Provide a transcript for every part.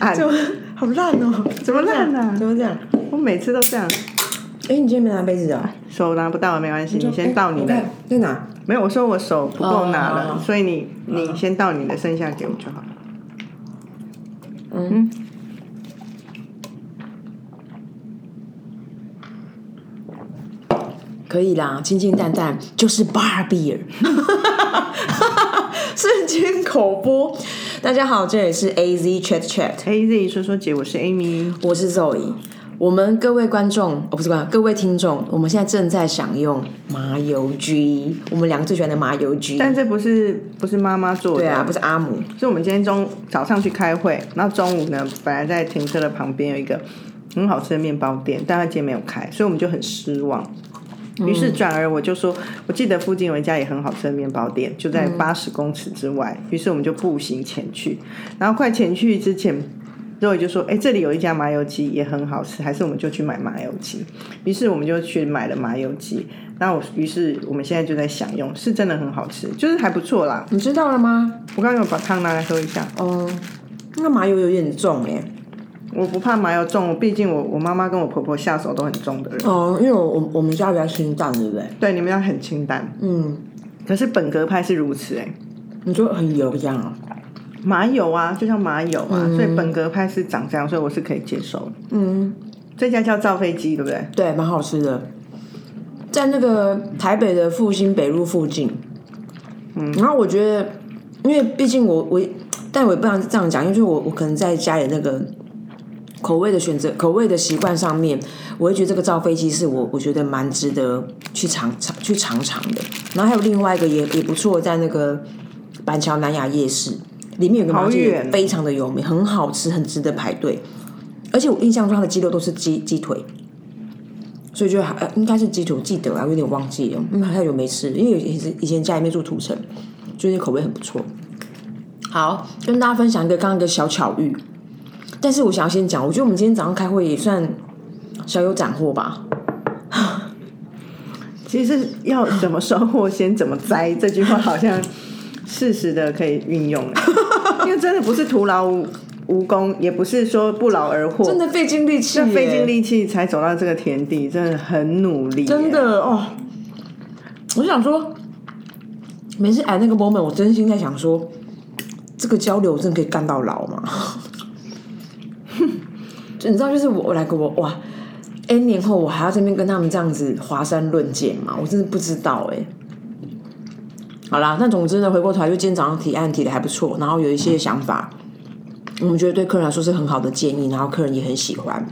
按，就好烂哦、 怎么烂呢、怎么讲？我每次都这样，哎、你今天没拿杯子啊？手拿不到没关系，你先哎倒你我的。看在哪？没有，我说我手不够拿哦哦了，哦所以你你先倒你的，剩下给我就好了。嗯，可以啦，清清淡淡就是 bar beer。瞬间口播，大家好，这里是 A Z Chat Chat， A Z 说说姐，我是 Amy，我是 Zoe。我们各位观众，哦不是观众，各位听众，我们现在正在享用麻油鸡，我们两个最喜欢的麻油鸡。但这不是不是妈妈做对的，啊，不是阿姆，是我们今天中早上去开会，然后中午呢，本来在停车的旁边有一个很好吃的面包店，但它今天没有开，所以我们就很失望。于是转而我就说，我记得附近有一家也很好吃的面包店，就在八十公尺之外。于、是我们就步行前去，然后快前去之前，肉爷就说：“哎、这里有一家麻油鸡也很好吃，还是我们就去买麻油鸡。”于是我们就去买了麻油鸡。然后我于是我们现在就在享用，是真的很好吃，就是还不错啦。你知道了吗？我刚刚有把汤拿来喝一下。哦，那麻油有点重哎、我不怕麻油重，毕竟我我妈妈跟我婆婆下手都很重的人。哦，因为我我我们家比较清淡，对不对？对，你们要很清淡。嗯，可是本格派是如此哎、你就很油这样啊。麻油啊，就像麻油啊，所以本格派是长这样，所以我是可以接受的。嗯，这家叫造飞机，对不对？对，蛮好吃的，在那个台北的复兴北路附近。嗯，然后我觉得，因为毕竟我我，但我也不想这样讲，因为就是我我可能在家里那个口味的选择、口味的习惯上面，我会觉得这个造飞机是我我觉得蛮值得去尝尝去尝尝的。然后还有另外一个也也不错，在那个板桥南雅夜市里面有个麻好街远，非常的有名，很好吃，很值得排队。而且我印象中它的鸡肉都是鸡鸡腿，所以就还呃应该是鸡腿，我记得啊，我有点忘记了，嗯，好像有没吃，因为以前以前家里面住土城，就是口味很不错。好，跟大家分享一个刚刚一个小巧遇，但是我想要先讲，我觉得我们今天早上开会也算小有斩获吧。哦其实要怎么收获先怎么栽，这句话好像适时的可以运用欸， 因为真的不是徒劳无无功，也不是说不劳而获，真的费尽力气耶，费尽力气才走到这个田地，真的很努力欸、真的哦，我想说，每次哎那个 moment，我真心在想说，这个交流我真的可以干到老吗？ 就你知道，就是我我来跟我哇，N 年后我还要这边跟他们这样子华山论剑嘛？我真的不知道哎、好啦，那总之呢，回过头来，就今天早上提案提的还不错，然后有一些想法，我们觉得对客人来说是很好的建议，然后客人也很喜欢，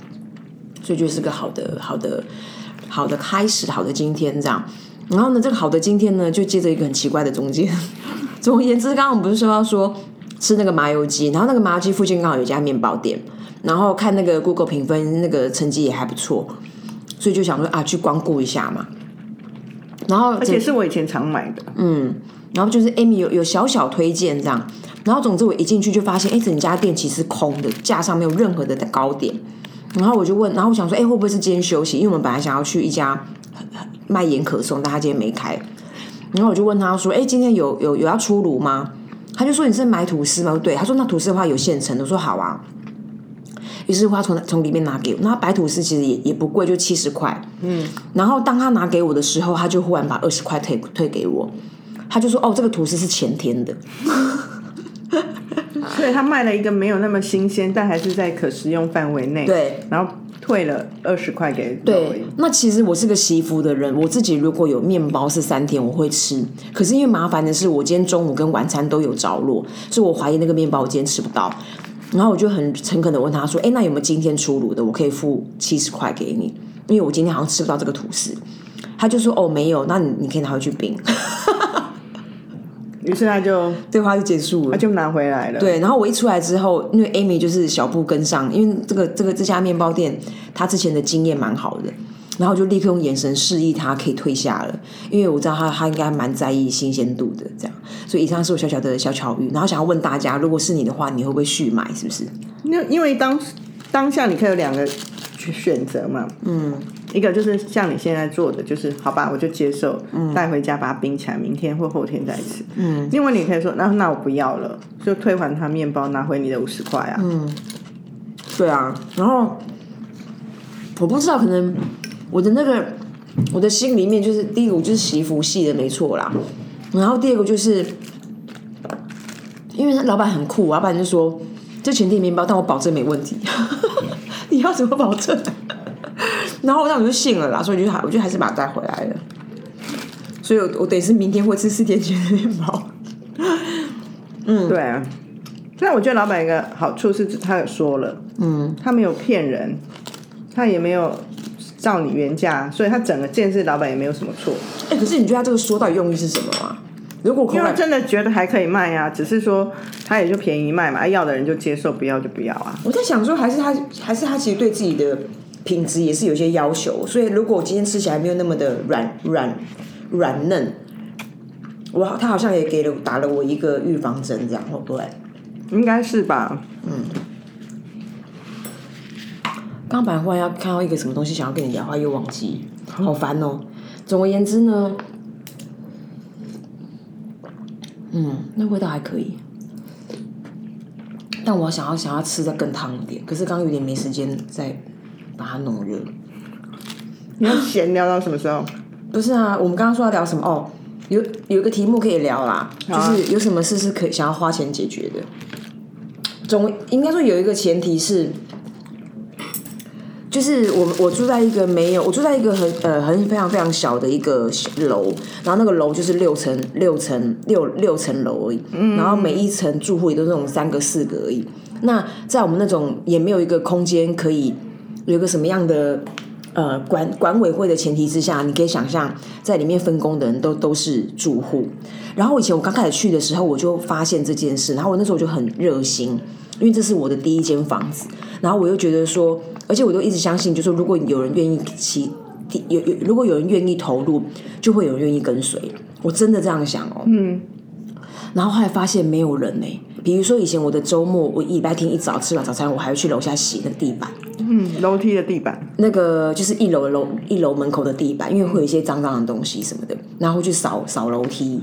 所以就是个好的好的好的开始，好的今天这样。然后呢，这个好的今天呢，就接着一个很奇怪的中间。 总而言之，刚刚我们不是说要说吃那个麻油鸡，然后那个麻油鸡附近刚好有一家面包店，然后看那个 Google 评分，那个成绩也还不错，所以就想说啊，去光顾一下嘛。然后而且是我以前常买的。然后就是 Amy 有有小小推荐这样，然后总之我一进去就发现，哎，整家店其实空的，架上没有任何的糕点。然后我就问，然后我想说，哎，会不会是今天休息？因为我们本来想要去一家卖盐可颂，但他今天没开。然后我就问他说，哎，今天有有有要出炉吗？他就说你是买吐司吗？我说对，他说那吐司的话有现成的。我说好啊。于是乎他从从里面拿给我，那白吐司其实也也不贵，就七十块。嗯，然后当他拿给我的时候，他就忽然把二十块退退给我。他就说：“哦，这个吐司是前天的，所以他卖了一个没有那么新鲜，但还是在可食用范围内。对，然后退了二十块给对，那其实我是个惜福的人，我自己如果有面包是三天，我会吃。可是因为麻烦的是，我今天中午跟晚餐都有着落，所以我怀疑那个面包我今天吃不到。然后我就很诚恳的问他说：“哎，那有没有今天出炉的？我可以付七十块给你，因为我今天好像吃不到这个吐司。”他就说：“哦，没有，那你你可以拿回去冰。 于是他就”对话就结束了他。就拿回来了。，对，然后我一出来之后，因为 Amy 就是小步跟上，因为这个这个这家面包店，他之前的经验蛮好的，然后就立刻用眼神示意他可以退下了，因为我知道他他应该蛮在意新鲜度的，这样，所以以上是我小小的小巧遇，然后想要问大家，如果是你的话，你会不会续买？是不是？因为因为当当下你可以有两个选择嘛，嗯，一个就是像你现在做的，就是好吧，我就接受，嗯带回家把它冰起来，明天或后天再吃。嗯，另外你可以说，那那我不要了，就退还他面包，拿回你的五十块啊。嗯，对啊，然后我不知道，可能我的那个我的心里面就是第一个，我就是媳妇系的没错啦，然后第二个就是因为老板很酷，老板就说这全体面包，但我保证没问题。 你要怎么保证？ 然后那我就信了啦，所以我就还我就还是把它带回来了。所以我我等于是明天会吃四天前的面包。 对啊。但我觉得老板有一个好处是，他有说了，嗯，他没有骗人，他也没有照你原价，所以他整个件事老板也没有什么错，哎、可是你觉得他这个说到底用意是什么啊？如果口因为他感真的觉得还可以卖啊，只是说他也就便宜卖嘛，啊要的人就接受，不要就不要啊。我在想说，还是他，还是他其实对自己的品质也是有些要求，所以如果我今天吃起来没有那么的软软软嫩，我好他好像也给了打了我一个预防针，这样会不会？应该是吧？刚本来忽然要看到一个什么东西，想要跟你聊，话又忘记，好烦哦、总而言之呢，嗯，那味道还可以，但我想要想要吃的更烫一点，可是刚刚有点没时间再把它弄热。你要闲聊到什么时候？不是啊，我们刚刚说要聊什么？哦，有有一个题目可以聊啦，就是有什么事是可以想要花钱解决的。总应该说有一个前提是，就是我我住在一个没有，我住在一个很呃很非常非常小的一个小楼，然后那个楼就是六层六层六六层楼而已，然后每一层住户也都是那种三个四个而已。那在我们那种也没有一个空间可以有一个什么样的呃管管委会的前提之下，你可以想象在里面分工的人都都是住户。然后以前我刚开始去的时候，我就发现这件事，然后我那时候就很热心，因为这是我的第一间房子，然后我又觉得说，而且我都一直相信，就是如果有人愿意起。有有，如果有人愿意投入，就会有人愿意跟随。我真的这样想哦。然后后来发现没有人呢、欸比如说以前我的周末，我礼拜天一早吃完早餐，我还会去楼下洗那个地板，嗯，楼梯的地板，那个就是一楼的楼一楼门口的地板，因为会有一些脏脏的东西什么的，然后去扫扫楼梯，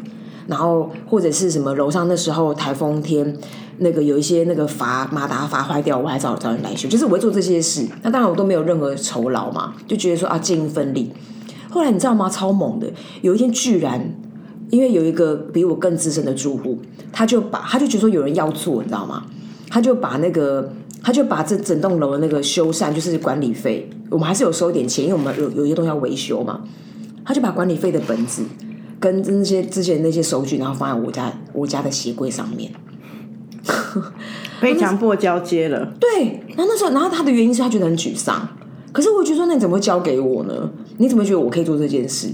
然后或者是什么楼上那时候台风天，那个有一些那个阀马达阀坏掉，我还找找人来修，就是我会做这些事。那当然我都没有任何酬劳嘛，就觉得说啊尽一份力。后来你知道吗？超猛的，有一天居然因为有一个比我更资深的住户，他就把他就觉得说有人要做，你知道吗？他就把那个他就把这整栋楼的那个修缮，就是管理费，我们还是有收一点钱，因为我们有有一些东西要维修嘛，他就把管理费的本子跟那些之前那些收据，然后放在我家我家的鞋柜上面。被强迫交接了。对，然后那时候，然后他的原因是他觉得很沮丧，可是我觉得说，那你怎么会交给我呢？你怎么觉得我可以做这件事？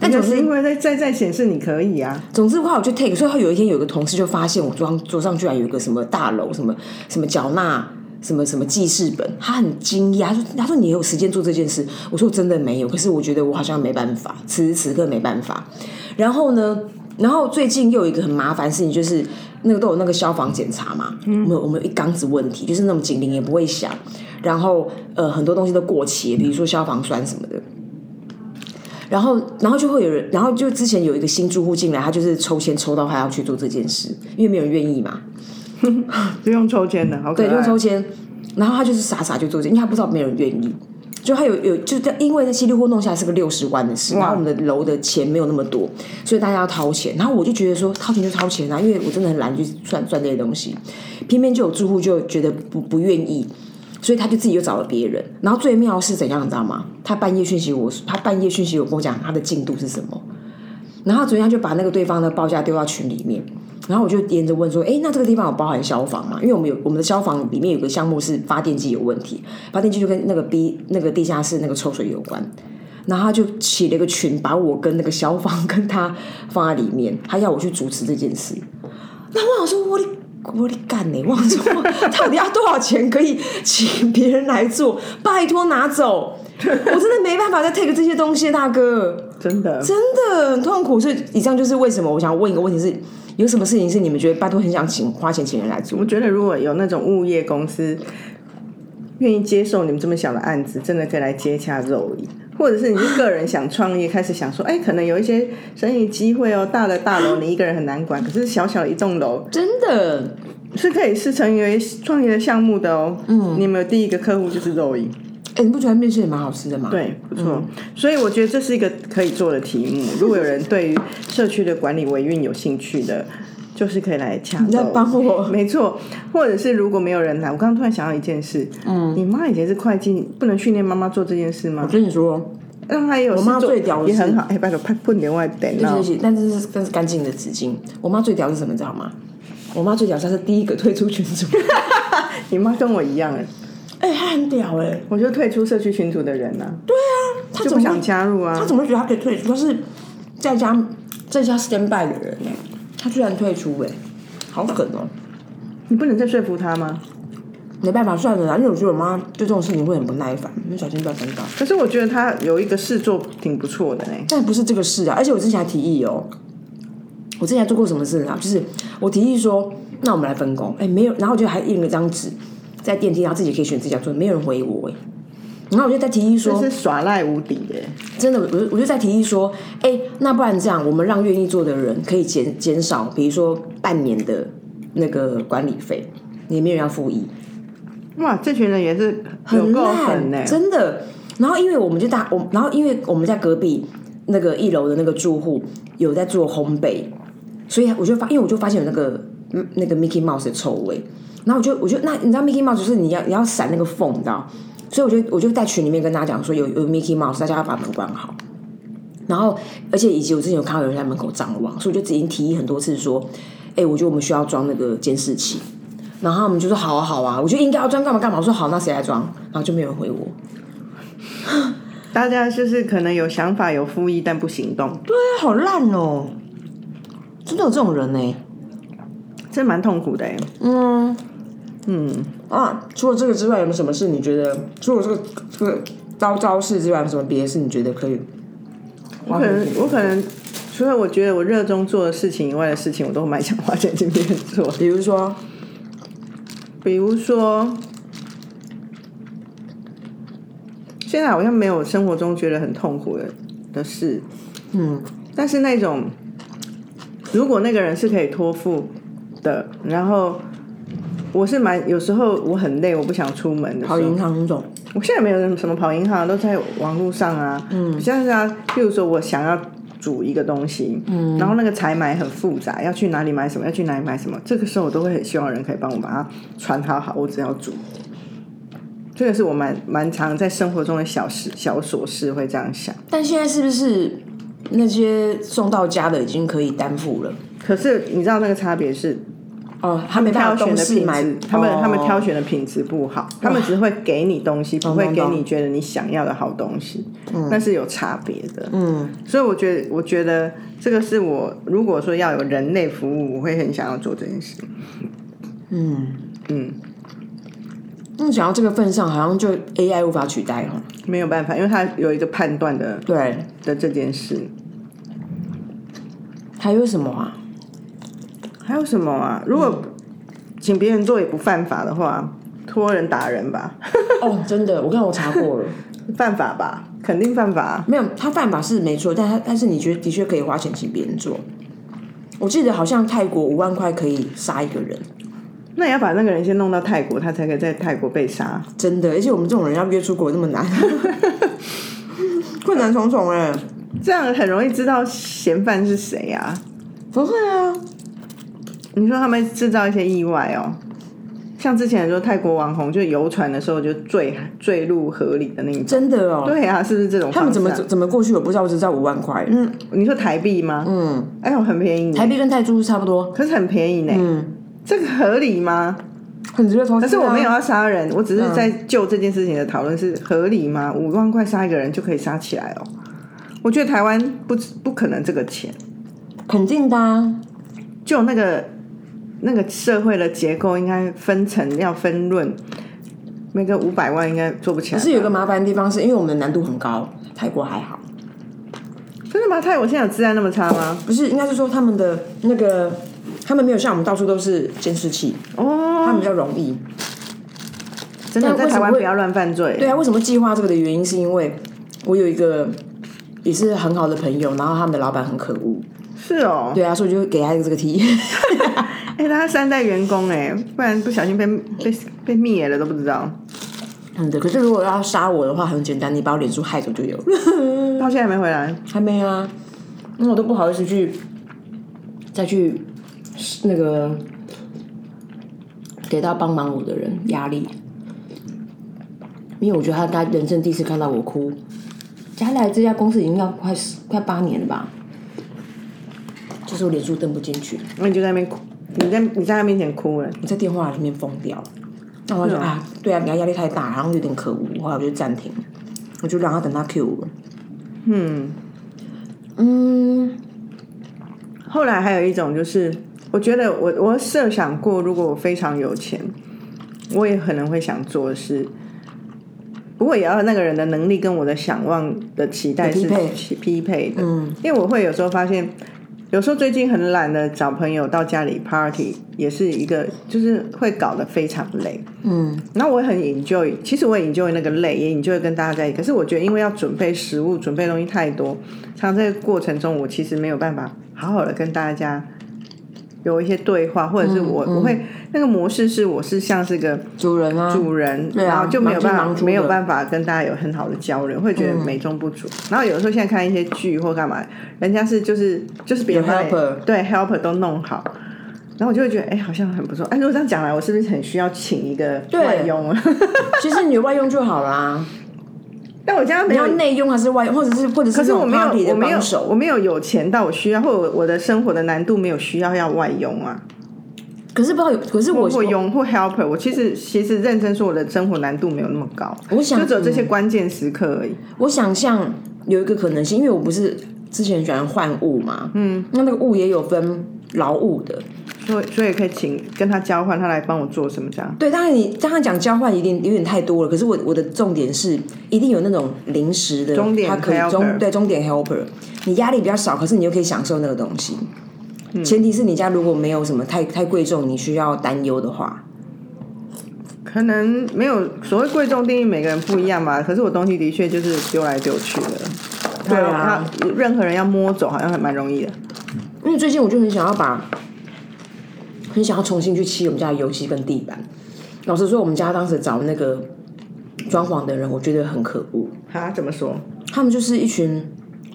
但就总是之因为在在在显示你可以啊，总之，后来我就 take，所以他有一天有个同事就发现我桌上桌上居然有一个什么大楼，什么什么缴纳，什么什么记事本，他很惊讶，他说他说你有时间做这件事？我说我真的没有，可是我觉得我好像没办法，此时此刻没办法。然后呢，然后最近又有一个很麻烦的事情，就是那个都有那个消防检查嘛，我们有我们有一缸子问题，就是那种警铃也不会响，然后呃很多东西都过期，比如说消防栓什么的。然后，然后就会有人，然后就之前有一个新住户进来，他就是抽签抽到他要去做这件事，因为没有人愿意嘛，不用抽签的，好可对，就爱。抽签。然后他就是傻傻就做这，因为他不知道没有人愿意。就他有有，就在因为那稀里糊弄下来是个六十万的事，然后我们的楼的钱没有那么多，所以大家要掏钱。然后我就觉得说掏钱就掏钱啊，因为我真的很懒去赚赚这些东西。偏偏就有住户就觉得不不愿意，所以他就自己又找了别人。然后最妙的是怎样，你知道吗？他半夜讯息我，他半夜讯息我跟我讲他的进度是什么。然后昨天他就把那个对方的报价丢到群里面，然后我就连着问说：“哎，那这个地方有包含消防吗？因为我们有我们的消防里面有个项目是发电机有问题，发电机就跟那个 B 那个地下室那个抽水有关。”然后他就起了一个群，把我跟那个消防跟他放在里面，他要我去主持这件事。那我想说，我的我的干呢？我想说，到底要多少钱可以请别人来做？拜托拿走，我真的没办法再 take 这些东西，大哥，真的，真的很痛苦。所以以上就是为什么我想问一个问题是：有什么事情是你们觉得拜托很想请花钱请人来做我？觉得如果有那种物业公司愿意接受你们这么小的案子，真的可以来接洽肉椅，或者是你是个人想创业，开始想说，哎、可能有一些生意机会哦，大的大楼你一个人很难管，可是小小的一栋楼，真的，是可以视成为创业的项目的哦。嗯，你们有第一个客户就是肉饮，哎，你不觉得面线也蛮好吃的吗？，对，不错。所以我觉得这是一个可以做的题目。 如果有人对于社区的管理维运有兴趣的，就是可以来洽。你在帮我没错，或者是如果没有人来，我刚刚突然想到一件事，嗯，你妈以前是会计，你不能训练妈妈做这件事吗我？跟你说，让她也有我事妈做最屌的也是很好。哎、拜托，快不点外等对啊不！起，但是是但是干净的纸巾。我妈最屌是什么，你知道吗？我妈最屌，她是第一个退出群组，你妈跟我一样，哎，哎、她很屌哎、我就退出社区群组的人啊，她就不怎么想会加入啊她。怎么会觉得她可以退出？她是在家在家 stand by 的人哎、她居然退出哎、好狠哦、你不能再说服她吗？没办法，算了啦，因为我觉得我妈对这种事情会很不耐烦，你小心不要尴尬。可是我觉得她有一个事做挺不错的嘞。但不是这个事啊，而且我之前还提议哦，我之前还做过什么事啊？就是我提议说，那我们来分工，哎，没有，然后我就还印了张纸在电梯，然后自己可以选自己要做，没有人回我哎。然后我就在提议说，是耍赖无敌耶！真的，我就我就在提议说，哎、那不然这样，我们让愿意做的人可以减减少，比如说半年的那个管理费，也没有人要付一，哇，这群人也是有很够狠欸呢烂，。真的。然后因为我们就大我，然后因为我们在隔壁那个一楼的那个住户有在做烘焙，所以我就发，因为我就发现有那个嗯那个 Mickey Mouse 的臭味，然后我就我就那你知道 Mickey Mouse 就是你要你要闪那个缝，你知道，所以我就我就在群里面跟大家讲说有有 Mickey Mouse，大家要把门关好。然后，而且以及我之前有看到有人在门口张望，所以我就已经提议很多次说，哎、我觉得我们需要装那个监视器。然后他们就说好啊好啊，我就应该要装干嘛干嘛。我说好，那谁来装？然后就没有人回我。大家就是可能有想法、有复议，但不行动，对啊，好烂哦、真的有这种人呢、这蛮痛苦的哎。嗯嗯，啊，除了这个之外，有没有什么事你觉得除了这个这个招招式之外，有什么别的事你觉得可以？我可能我可能除了我觉得我热衷做的事情以外的事情，我都蛮想花钱请别人做。比如说，比如说，现在好像没有生活中觉得很痛苦的的事，嗯，但是那种如果那个人是可以托付的，然后我是蛮有时候我很累，我不想出门的时跑候，银行那种，我现在没有什么跑银行，都在网络上啊，嗯，像是啊，譬如说我想要。煮一个东西，嗯，然后那个采买很复杂，要去哪里买什么，要去哪里买什么，这个时候我都会很希望有人可以帮我把它传好好，我只要煮。这个是我蛮蛮常在生活中的小事、小琐事会这样想。但现在是不是那些送到家的已经可以担负了？可是你知道那个差别是，哦，他没挑办法选公的事品买质，，他们、哦他们挑选的品质不好，他们只会给你东西，不懂会给懂你觉得你想要的好东西，那是有差别的。嗯，所以我觉得，我觉得这个是我如果说要有人类服务，我会很想要做这件事。那讲到这个份上，好像就 AI 无法取代哦。没有办法，因为它有一个判断的对，的这件事。还有什么啊？还有什么啊？如果请别人做也不犯法的话，托人打人吧， 哦，真的，我刚刚我查过了，犯法吧，肯定犯法啊、没有，他犯法是没错，但他但是你觉得的确可以花钱请别人做。我记得好像泰国五万块可以杀一个人，那也要把那个人先弄到泰国，他才可以在泰国被杀。真的，而且我们这种人要约出国那么难， 困难重重哎、这样很容易知道嫌犯是谁啊！不会啊，你说他们制造一些意外哦，像之前说泰国网红就游船的时候就坠坠入河里的那一种，真的哦。对啊，是不是这种他方们式怎啊、么怎么过去我不知道，我只知道五万块，嗯，你说台币吗？嗯，哎呦，很便宜耶，台币跟泰铢是差不多，可是很便宜呢。嗯，这个合理吗？很值得投资、可啊。是我没有要杀嗯人，我只是在就这件事情的讨论是合理吗？五万块杀一个人就可以杀起来哦？我觉得台湾不不可能这个钱。肯定的、啊，就那个那个社会的结构，应该分层要分论，每个五百万应该做不起来吧。可是有个麻烦的地方是，因为我们的难度很高，泰国还好。真的吗？泰国现在有治安那么差吗？不是，应该是说他们的那个，他们没有像我们到处都是监视器，他哦，们比较容易。真的但在为台什么湾会不要乱犯罪。对啊，为什么计划这个的原因是因为我有一个也是很好的朋友，然后他们的老板很可恶，是哦，对啊，所以我就给他这个题。 哎、他三代员工哎、不然不小心被被被灭了都不知道， 嗯，对。可是如果要杀我的话，很简单，你把我脸书害走就有了。到现在还没回来。还没啊，那我都不好意思去再去那个给到帮忙我的人压力，因为我觉得他他人生第一次看到我哭。加来这家公司已经要快十快八年了吧，就是我脸书登不进去，那你就在那边哭，你在你在他面前哭了，我在电话里面疯掉。那我就说啊，对啊，给他压力太大，然后有点可恶，后来我就暂停，我就让他等他 Q 我。嗯。嗯，后来还有一种就是，我觉得我我设想过，如果我非常有钱，我也可能会想做的事。不过也要那个人的能力跟我的想望的期待是匹配匹匹配的，嗯，因为我会有时候发现，有时候最近很懒的找朋友到家里 party，也是一个就是会搞得非常累，嗯，那我很 enjoy，其实我也 enjoy 那个累，也 enjoy 跟大家在一起，可是我觉得因为要准备食物、准备东西太多，常常这个过程中我其实没有办法好好的跟大家有一些对话，或者是我、我会那个模式是我是像是个。主人啊，主人，对啊然后就没有办忙法就忙没有的嗯办法跟大家有很好的交流，会觉得美中不足。然后有时候现在看一些剧或干嘛，人家是就是就是别人有 helper 对 helper 都弄好。然后我就会觉得，哎、好像很不错。哎、如果这样讲来，我是不是很需要请一个对外佣啊？ 其实你的外用就好啦。但我家没你有要，内用还是外用，或者是或者是可这是种我没 party 有，我的没有帮，手？我没有有钱到我需要，或者我的生活的难度没有需要要外佣啊，可是不知道有，可是我或佣或 helper。我其实其实认真说，我的生活难度没有那么高，我想嗯就只有这些关键时刻而已。我想象有一个可能性，因为我不是之前喜欢换物嘛，嗯，那那个物也有分劳务的，所以所以可以请跟他交换，他来帮我做什么这样？对。当然你刚刚讲交换一定有点太多了，可是我我的重点是一定有那种临时的，终点它可 helper 以终对终点 helper，你压力比较少，可是你又可以享受那个东西。嗯前提是你家如果没有什么太太贵重，你需要担忧的话，可能没有所谓贵重定义，每个人不一样吧。可是我东西的确就是丢来丢去的，他对啊他任何人要摸走好像还蛮容易的。因为最近我就很想要把，很想要重新去漆我们家的油漆跟地板。老实说，我们家当时找那个装潢的人，我觉得很可恶。哈，怎么说？他们就是一群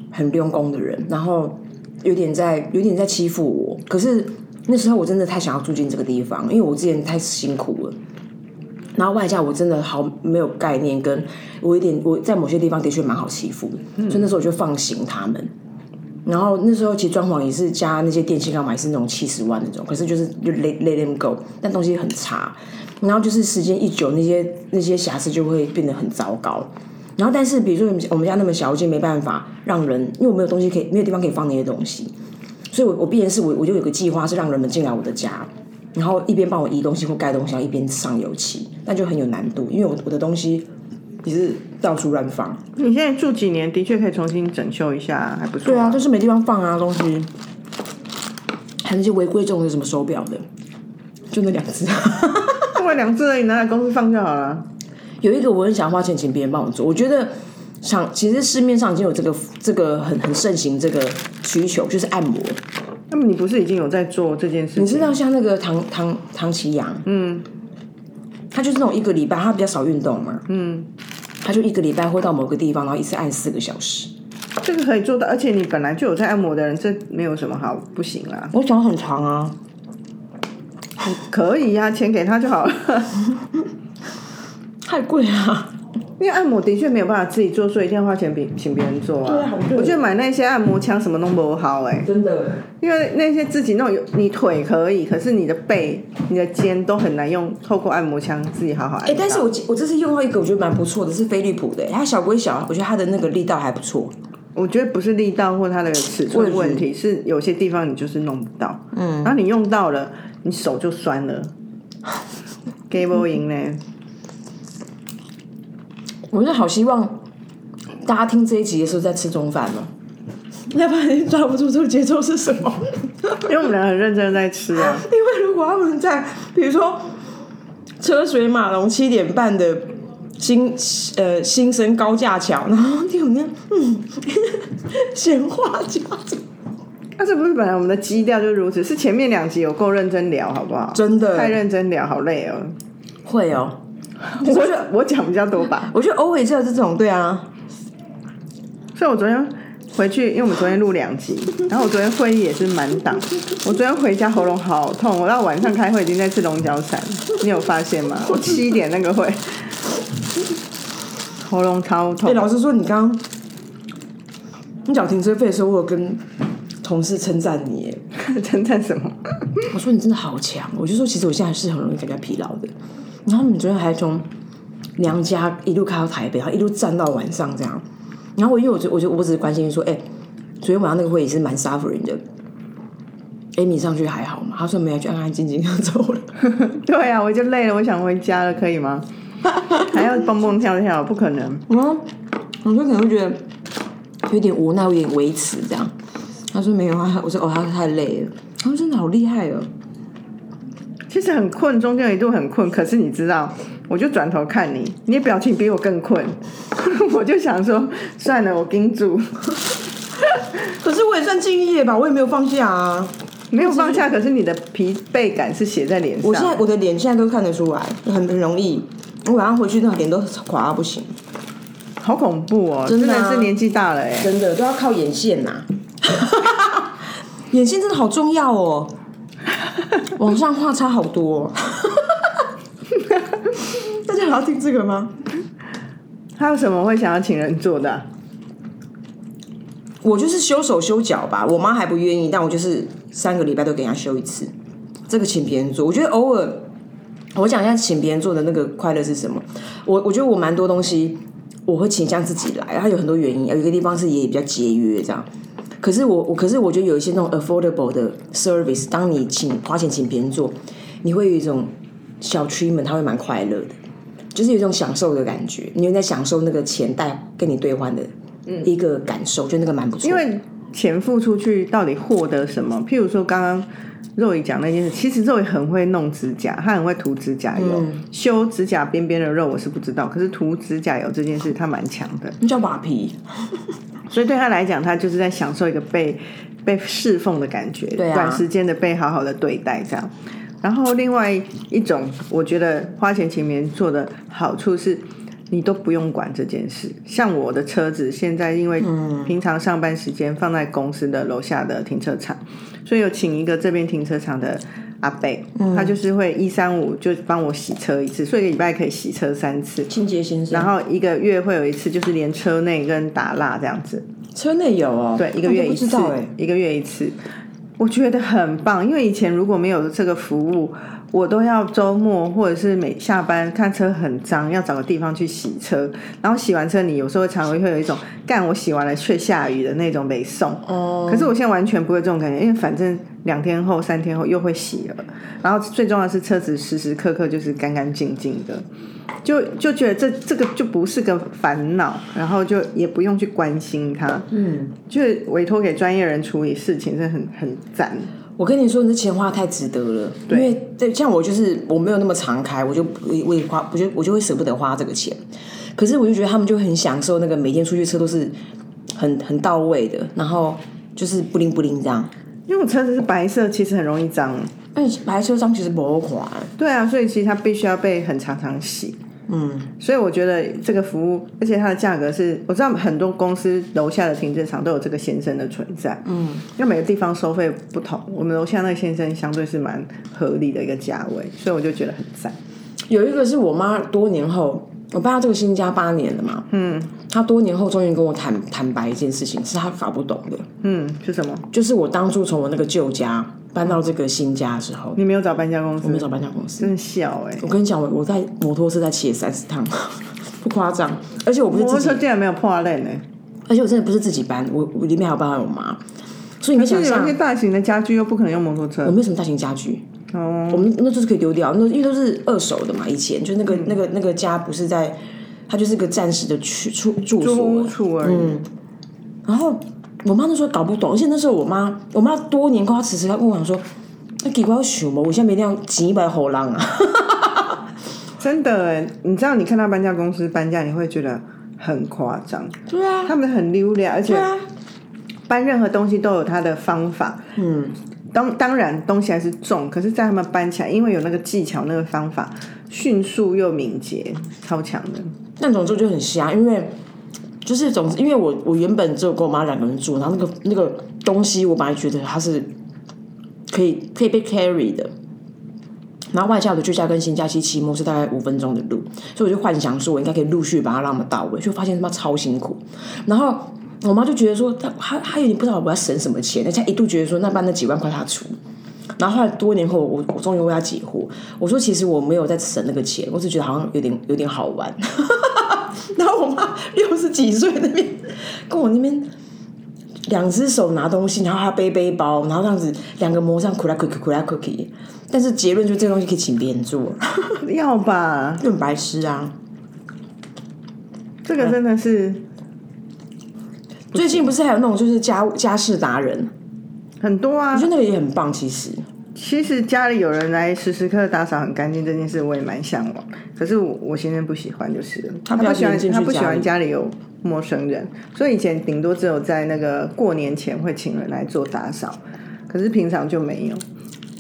很用功的人，然后有点在有点在欺负我。可是那时候我真的太想要住进这个地方，因为我之前太辛苦了。然后外加我真的好没有概念，跟我有点我在某些地方的确蛮好欺负，所以那时候我就放行他们。然后那时候其实装潢也是加那些电器干嘛也是那种七十万那种，可是就是就 let let them go，但东西很差。然后就是时间一久，那些那些瑕疵就会变得很糟糕。然后但是比如说我们我们家那么小，我就没办法让人，因为我没有东西可以，没有地方可以放那些东西，所以我我必然是我我就有个计划是让人们进来我的家，然后一边帮我移东西或盖东西，然后一边上油漆，那就很有难度，因为我我的东西也是到处乱放。你现在住几年，的确可以重新整修一下，还不错。对啊，就是没地方放啊东西，还有那些违规种的什么手表的，就那两只。换了两只而已，拿来公司放就好了。有一个我很想花钱请别人帮我做，我觉得想其实市面上已经有这个这个很很盛行这个需求，就是按摩。那么你不是已经有在做这件事你知情？道像那个唐唐唐奇阳，嗯，他就是那种一个礼拜，他比较少运动嘛，嗯，他就一个礼拜会到某个地方，然后一次按四个小时。这个可以做到，而且你本来就有在按摩的人，这没有什么好不行啦。我想很长啊，可以呀、钱给他就好了。太贵啊了。因为按摩的确没有办法自己做，所以一定要花钱别请别人做啊。对啊好贵我觉得买那些按摩枪什么弄不好哎、真的，因为那些自己弄有，你腿可以，可是你的背、你的肩都很难用透过按摩枪自己好好按。哎、但是我我这次用到一个我觉得蛮不错的，是飞利浦的、它小归小，我觉得它的那个力道还不错。我觉得不是力道或它的尺我也寸觉得问题，是有些地方你就是弄不到。嗯，然后你用到了，你手就酸了。 给不赢呢？我就好希望大家听这一集的时候在吃中饭了，要不然抓不住这个节奏是什 么。因为我们俩很认真地在吃啊。因为如果他们在，比如说车水马龙七点半的新呃新生高架桥，然后你有那样嗯闲话家常，啊，但是不是本来我们的基调就如此？是前面两集有够认真聊，好不好？真的太认真聊，好累哦。会哦。 我我讲比较多吧，我觉得偶尔就有这种，对啊，所以我昨天回去，因为我们昨天录两集，然后我昨天会议也是满档。我昨天回家喉咙好痛，我到晚上开会已经在吃龙角散，你有发现吗？我七点那个会，喉咙超哎、痛。 老实说，你刚你缴停车费的时候，我有跟同事称赞你耶，称赞什么？我说你真的好强，我就说其实我现在是很容易感觉疲劳的。然后你昨天还从娘家一路开到台北，然后一路站到晚上这样。然后我因为我就我就我只是关心说，哎、昨天晚上那个会议是蛮 suffering 的。哎，你上去还好吗？他说没有，就安安静静的走了。对啊，我就累了，我想回家了，可以吗？还要蹦蹦跳跳，不可能。然后我就可能会觉得有点无奈，有点维持这样。他说没有啊，我说哦，他太累了。他说真的好厉害哦。其实很困，中间有一度很困，可是你知道，我就转头看你，你的表情比我更困， 我就想说，算了，我盯住， 可是我也算敬业吧，我也没有放假啊。没有放下。可是你的疲惫感是写在脸我现上，在我的脸现在都看得出来，很很容易。我晚上回去那脸都垮到不行，好恐怖哦！真真的啊是年纪大了哎、真的都要靠眼线呐、 眼线真的好重要 哦，往上画差好多、 哦。大家还要听这个吗？还有什么会想要请人做的啊、我就是修手修脚吧，我妈还不愿意，但我就是三个礼拜都给人家修一次。这个请别人做，我觉得偶尔，我讲一下请别人做的那个快乐是什么。我我觉得我蛮多东西我会倾向自己来，它有很多原因，有一个地方是也比较节约这样。可是我我可是我觉得有一些那种 affordable 的 service，当你请花钱请别人做，你会有一种小 treatment，他会蛮快乐的，就是有一种享受的感觉，你有在享受那个钱带跟你兑换的一个感受，就那个蛮不嗯错的。因为钱付出去到底获得什么？譬如说刚刚肉姨讲那件事，其实肉姨很会弄指甲，她很会涂指甲油，嗯修指甲边边的肉我是不知道，可是涂指甲油这件事她蛮强的，那叫瓦皮，所以对她来讲，她就是在享受一个被被侍奉的感觉，对啊短时间的被好好的对待这样。然后另外一种，我觉得花钱请别人做的好处是。你都不用管这件事。像我的车子现在因为嗯平常上班时间放在公司的楼下的停车场，所以有请一个这边停车场的阿贝，嗯他就是会一三五就帮我洗车一次，所以一个礼拜可以洗车三次。清洁先生。然后一个月会有一次，就是连车内跟打蜡这样子，车内有哦，对，一个月一我次都不知道哎，，一个月一次，我觉得很棒。因为以前如果没有这个服务，我都要周末或者是每下班看车很脏，要找个地方去洗车，然后洗完车你有时候常会会有一种干我洗完了却下雨的那种北送。哦，可是我现在完全不会这种感觉，因为反正两天后、三天后又会洗了，然后最重要的是车子时时刻刻就是干干净净的，就就觉得这这个就不是个烦恼，然后就也不用去关心它，嗯，就是委托给专业人处理事情是很很赞。我跟你说，你的钱花太值得了，因为对像我就是我没有那么常开，我就我也我也花，我就我就会舍不得花这个钱。可是我就觉得他们就很享受那个每天出去车都是很很到位的，然后就是不灵不灵这样。因为我车子是白色，其实很容易脏，而且白车上其实不好款，对啊，所以其实它必须要被很常常洗。嗯，所以我觉得这个服务，而且它的价格是，我知道很多公司楼下的停车场都有这个先生的存在。嗯，因为每个地方收费不同，我们楼下那个先生相对是蛮合理的一个价位，所以我就觉得很赞。有一个是我妈多年后，我搬到这个新家八年了嘛，嗯，她多年后终于跟我坦坦白一件事情，是她搞不懂的，嗯，是什么？就是我当初从我那个旧家搬到这个新家的时候，你没有找搬家公我没司，找搬家公司。真的笑哎、我跟你讲，我我在摩托车在骑了三十趟， 不夸张。而且我不是摩托自己车，竟然没有破烂欸呢、而且我真的不是自己搬，我我里面还有包含我妈，所以你就想是有一象些大型的家具又不可能用摩托我车。没有什么大型家具，哦，我们那就是可以丢掉，那因为都是二手的嘛。以前就那嗯个、那个那个家不是在，它就是个暂时的去住住租所屋。处而已。嗯然后我妈那时候搞不懂，而且那时候我妈我妈多年后她迟迟她跟我讲说，那给我熊嘛，我现在没那样几百猴狼啊。真的欸，你知道你看到搬家公司搬家，你会觉得很夸张， 对啊，他们很溜达，而且对啊，搬任何东西都有它的方法。嗯，当当然东西还是重，可是，在他们搬起来，因为有那个技巧、那个方法，迅速又敏捷，超强的。但总之就很瞎，因为就是总之，因为我我原本只有跟我妈两个人住，然后那个那个东西，我本来觉得它是可以可以被 carry 的。然后外教的居家跟新假期期末是大概五分钟的路，所以我就幻想说我应该可以陆续把它让他们到位，就发现他妈超辛苦。然后我妈就觉得说，她她她有点不知道我要省什么钱，而且她一度觉得说那班那几万块她出。然后后来多年后，我我终于为她解惑，我说其实我没有在省那个钱，我只觉得好像有点有点好玩。然后我妈六十几岁那边跟我那边两只手拿东西，然后她背背包，然后这样子两个模这样苦来苦去苦来苦去。但是结论就是这东西可以请别人做， 要吧？就很白痴啊！这个真的是最近不是还有那种就是家家事达人，很多啊我觉。得那个也很棒，其实。其实家里有人来时时刻刻打扫很干净这件事，我也蛮向往。可是我我先生不喜欢就是了，他比较不喜欢黏进去他不喜家里欢家里有陌生人，所以以前顶多只有在那个过年前会请人来做打扫，可是平常就没有。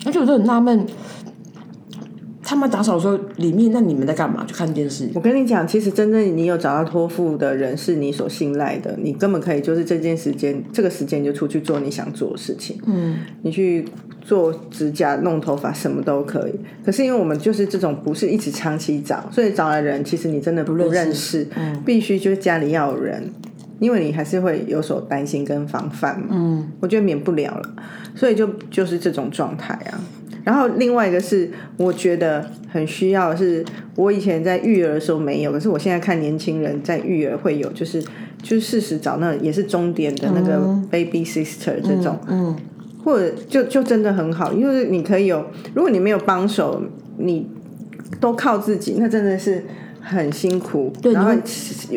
而且我就很纳闷，他们打扫的时候里面，那你们在干嘛？就看电视。我跟你讲，其实真正你有找到托付的人是你所信赖的，你根本可以就是这件时间这个时间你就出去做你想做的事情。嗯，你去做指甲、弄头发，什么都可以。可是因为我们就是这种不是一直长期找，所以找来人其实你真的不认识认识，嗯必须就是家里要有人。因为你还是会有所担心跟防范嘛，嗯，我觉得免不了了，所以就就是这种状态啊。然后另外一个是，我觉得很需要的是，我以前在育儿的时候没有，可是我现在看年轻人在育儿会有，就是就是适时找那也是终点的那个 baby sister 这种，哦嗯，或者就就真的很好，因为你可以有，如果你没有帮手，你都靠自己，那真的是很辛苦，对然后你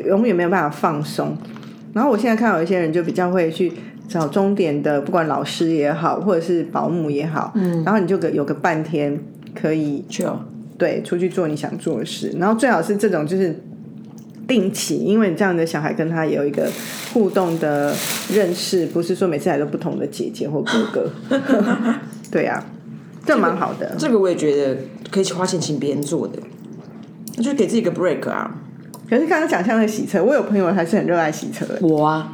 永远没有办法放松。然后我现在看有一些人就比较会去找钟点的，不管老师也好，或者是保姆也好，嗯，然后你就个有个半天可以去哦。对出去做你想做的事，然后最好是这种就是定期，因为你这样的小孩跟他有一个互动的认识，不是说每次来都不同的姐姐或哥哥，对啊，这蛮好的。这个我也觉得可以花钱请别人做的，那就给自己一个 break 啊。可是刚刚讲像那个洗车，我有朋友还是很热爱洗车的，我啊，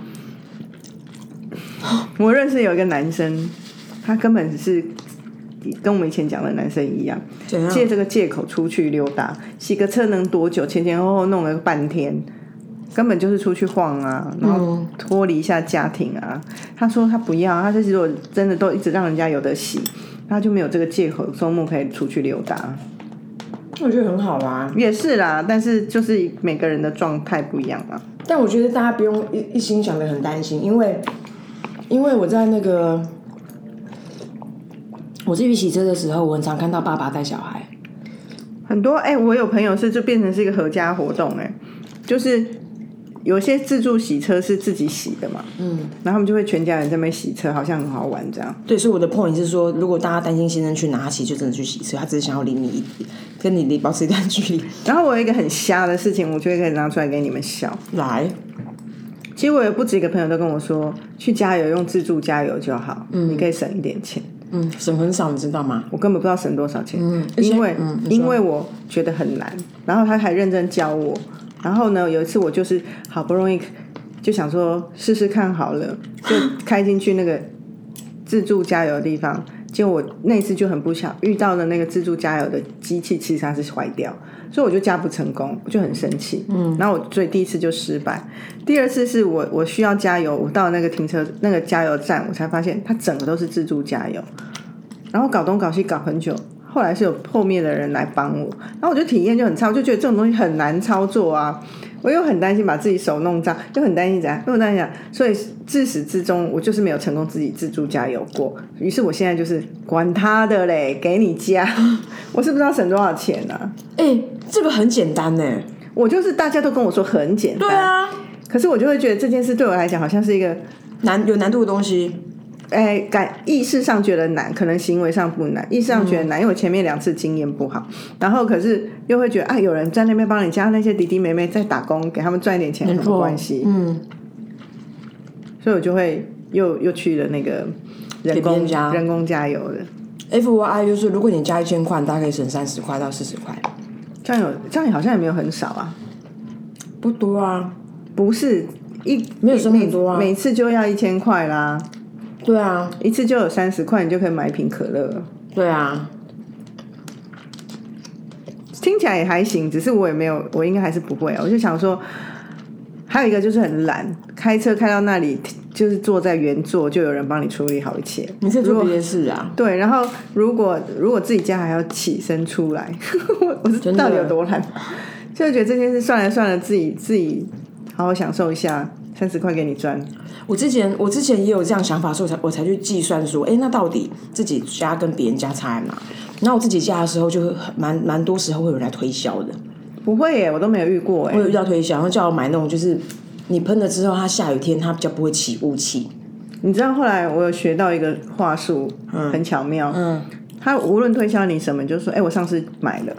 我认识有一个男生，他根本是跟我们以前讲的男生一样，怎样？借这个借口出去溜达，洗个车能多久？前前后后弄了半天，根本就是出去晃啊，然后脱离一下家庭啊。他说他不要，他这如果真的都一直让人家有的洗，他就没有这个借口，周末可以出去溜达。我觉得很好啊，也是啦，但是就是每个人的状态不一样啊。但我觉得大家不用一一心想的很担心，因为因为我在那个我自己洗车的时候，我很常看到爸爸带小孩。很多哎、我有朋友是就变成是一个合家活动哎、就是有些自助洗车是自己洗的嘛，嗯，然后他们就会全家人在那边洗车，好像很好玩这样。对，所以我的 point 是说，如果大家担心先生去拿洗，就真的去洗车，他只是想要离你一跟你离保持一段距离。然后我有一个很瞎的事情，我觉得可以拿出来给你们笑。来，其实我有不止一个朋友都跟我说，去加油用自助加油就好，你可以省一点钱。嗯，省很少，你知道吗？我根本不知道省多少钱，嗯因为、因为我觉得很难，然后他还认真教我。然后呢，有一次我就是好不容易就想说试试看好了，就开进去那个自助加油的地方。结果我那一次就很不巧遇到的那个自助加油的机器，其实它是坏掉，所以我就加不成功，我就很生气。嗯，然后我所以第一次就失败，第二次是我我需要加油，我到那个停车那个加油站，我才发现它整个都是自助加油。然后搞东搞西搞很久，后来是有后面的人来帮我，然后我就体验就很差，我就觉得这种东西很难操作啊，我又很担心把自己手弄脏，又很担心怎样，又很担心怎样，所以自始至终我就是没有成功自己自助加油过，于是我现在就是管他的嘞，给你加， 我是不知道省多少钱啊，哎、这个很简单呢、我就是大家都跟我说很简单，对啊，可是我就会觉得这件事对我来讲好像是一个难有难度的东西，哎，感意识上觉得难，可能行为上不难，意识上觉得难，嗯因为我前面两次经验不好，然后可是又会觉得啊，有人在那边帮你加那些弟弟妹妹在打工，给他们赚一点钱有什么关系？嗯，所以我就会又又去了那个人别工人家人工加油的， F Y I 就是，如果你加一千块，你大概可以省三十块到四十块，这样有这样好像也没有很少啊，不多啊。不是一没有说很多啊每每次就要一千块啦，对啊，一次就有三十块，你就可以买一瓶可乐了。对啊，听起来也还行，只是我也没有，我应该还是不会。啊我就想说，还有一个就是很懒，开车开到那里，就是坐在原座，就有人帮你处理好一切。你在如做果别的事啊？对，然后如果如果自己家还要起身出来， 我我是真的到底有多懒？就觉得这件事算了算了，自己自己好好享受一下，三十块给你赚。我之前我之前也有这样想法，所以我才我才去计算说，哎，那到底自己家跟别人家差在哪？然后我自己家的时候，就会很蛮蛮多时候会有人来推销的，不会耶，我都没有遇过我哎。有遇到推销，然后叫我买那种就是你喷了之后，它下雨天它比较不会起雾气。你知道后来我有学到一个话术，很巧妙。嗯，他无论推销你什么，你就说：“哎、我上次买了。”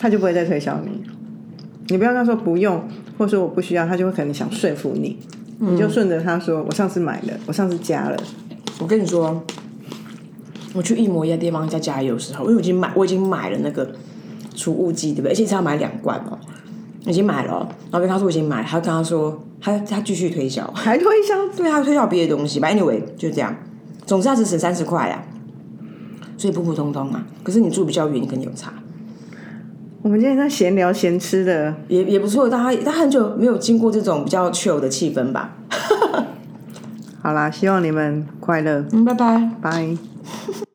他就不会再推销你。你不要跟他说不用，或者说我不需要，他就会可能想说服你。你就顺着他说：“我上次买了，我上次加了。我跟你说，我去一模一样的地方在加油的时候，因为我已经买我已经买了那个除雾剂，对不对？而且是要买两罐哦，已经买了、哦。然后跟他说我已经买了，他跟他说他他继续推销”，还推销？对，他推销别的东西吧。Anyway，就这样，总之他只省三十块啦，所以普普通通嘛。可是你住比较远，你肯定有差，我们今天在闲聊闲吃的，也也不错。大家他很久没有经过这种比较 chill 的气氛吧。好啦，希望你们快乐，嗯，拜拜。拜。